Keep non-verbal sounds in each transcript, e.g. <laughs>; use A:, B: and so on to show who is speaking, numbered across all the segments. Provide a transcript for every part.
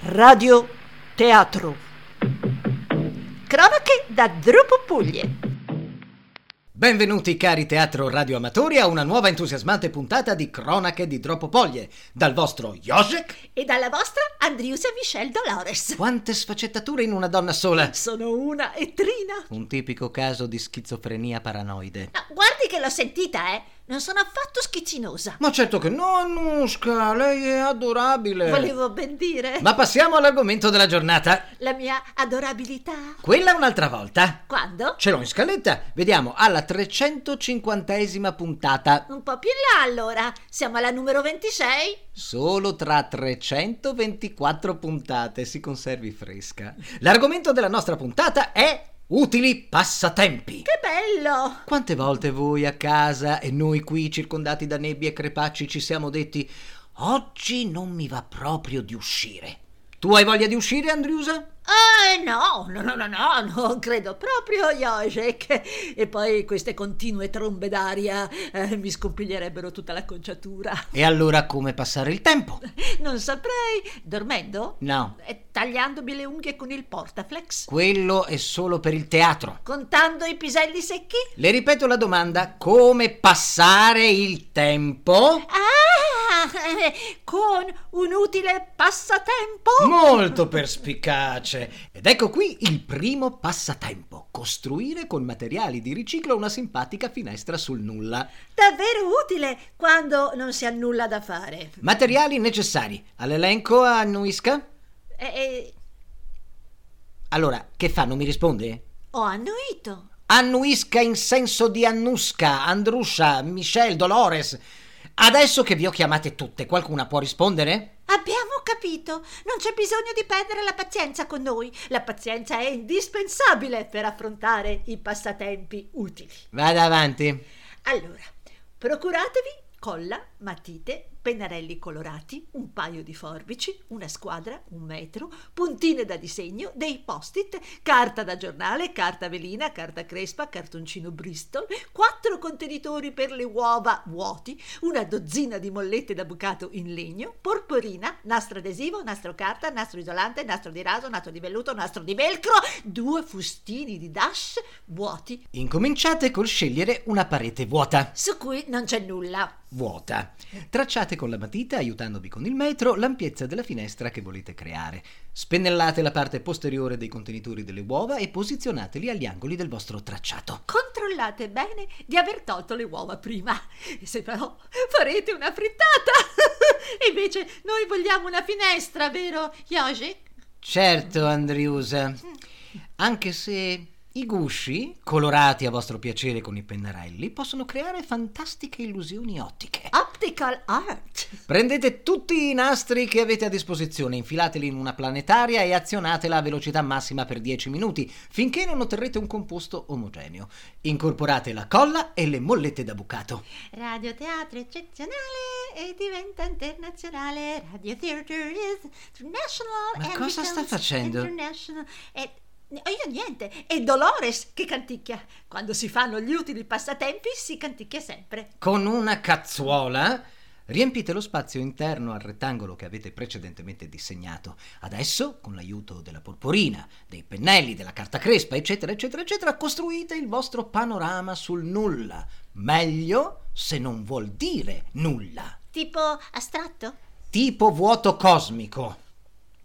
A: Radio Teatro. Cronache da Drupo Puglie.
B: Benvenuti cari teatro radioamatori a una nuova entusiasmante puntata di Cronache di Dropopoglie dal vostro Josek.
A: E dalla vostra Andriusa Michelle Dolores.
B: Quante sfaccettature in una donna sola!
A: Sono una e Trina.
B: Un tipico caso di schizofrenia paranoide.
A: No, guardi che l'ho sentita, eh. Non sono affatto schiccinosa.
B: Ma certo che no, Annushka, lei è adorabile.
A: Volevo ben dire.
B: Eh. Ma passiamo all'argomento della giornata.
A: La mia adorabilità.
B: Quella un'altra volta.
A: Quando?
B: Ce l'ho in scaletta. Vediamo alla 350esima puntata.
A: Un po' più in là allora. Siamo alla numero 26.
B: Solo tra 324 puntate si conservi fresca. L'argomento della nostra puntata è utili passatempi.
A: Che bello!
B: Quante volte voi a casa e noi qui circondati da nebbie e crepacci ci siamo detti oggi non mi va proprio di uscire. Tu hai voglia di uscire, Andriusa?
A: Eh no, no, no, no, no, non credo proprio, Josek. E poi queste continue trombe d'aria eh, mi scompiglierebbero tutta l'acconciatura.
B: E allora come passare il tempo?
A: Non saprei. Dormendo?
B: No,
A: E tagliandomi le unghie con il portaflex?
B: quello è solo per il teatro.
A: Contando i piselli secchi?
B: Le ripeto la domanda, come passare il tempo?
A: Ah! Con un utile passatempo?
B: Molto perspicace. Ed ecco qui il primo passatempo, costruire con materiali di riciclo una simpatica finestra sul nulla.
A: Davvero utile quando non si ha nulla da fare.
B: Materiali necessari. All'elenco a Nuisca?
A: E, e-
B: Allora, che fa? Non mi risponde?
A: ho annuito.
B: Annuisca in senso di Annusca, Andruscia, Michelle, Dolores. Adesso che vi ho chiamate tutte, qualcuna può rispondere?
A: Abbiamo capito, non c'è bisogno di perdere la pazienza con noi. La pazienza è indispensabile per affrontare i passatempi utili.
B: Vada avanti.
A: Allora, procuratevi colla, matite, pennarelli colorati, un paio di forbici, una squadra, un metro, puntine da disegno, dei post-it, carta da giornale, carta velina, carta crespa, cartoncino Bristol, quattro contenitori per le uova vuoti, una dozzina di mollette da bucato in legno, porporina, nastro adesivo, nastro carta, nastro isolante, nastro di raso, nastro di velluto, nastro di velcro, due fustini di dash vuoti
B: Incominciate col scegliere una parete vuota.
A: su cui non c'è nulla.
B: vuota. Tracciate con la matita, aiutandovi con il metro, l'ampiezza della finestra che volete creare. Spennellate la parte posteriore dei contenitori delle uova e posizionateli agli angoli del vostro tracciato.
A: Controllate bene di aver tolto le uova prima, se no farete una frittata. <laughs> E Invece noi vogliamo una finestra, vero, Yoshi?
B: Certo, Andriusa. Anche se i gusci, colorati a vostro piacere con i pennarelli, possono creare fantastiche illusioni ottiche.
A: Optical art.
B: Prendete tutti i nastri che avete a disposizione, infilateli in una planetaria e azionatela a velocità massima per 10 minuti, finché non otterrete un composto omogeneo. Incorporate la colla e le mollette da bucato.
A: Radioteatro eccezionale e diventa internazionale. Radio Theatre is international.
B: Ma
A: and
B: cosa sta
A: becomes
B: facendo?
A: international. E e io niente. È Dolores che canticchia. Quando si fanno gli utili passatempi si canticchia sempre.
B: Con una cazzuola riempite lo spazio interno al rettangolo che avete precedentemente disegnato. Adesso, con l'aiuto della porporina, dei pennelli, della carta crespa, eccetera, eccetera, eccetera, costruite il vostro panorama sul nulla. Meglio se non vuol dire nulla.
A: Tipo astratto?
B: Tipo vuoto cosmico.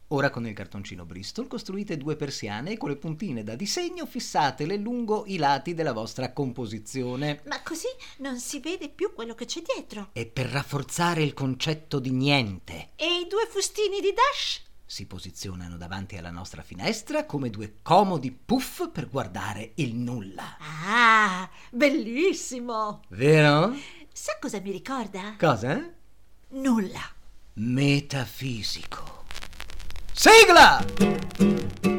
B: Ora con il cartoncino Bristol costruite due persiane e con le puntine da disegno fissatele lungo i lati della vostra composizione.
A: Ma così non si vede più quello che c'è dietro.
B: E per rafforzare il concetto di niente,
A: E i due fustini di Dash?
B: si posizionano davanti alla nostra finestra come due comodi puff per guardare il nulla.
A: Ah, bellissimo!
B: Vero?
A: Sa cosa mi ricorda?
B: Cosa?
A: Nulla.
B: Metafisico. Sigla!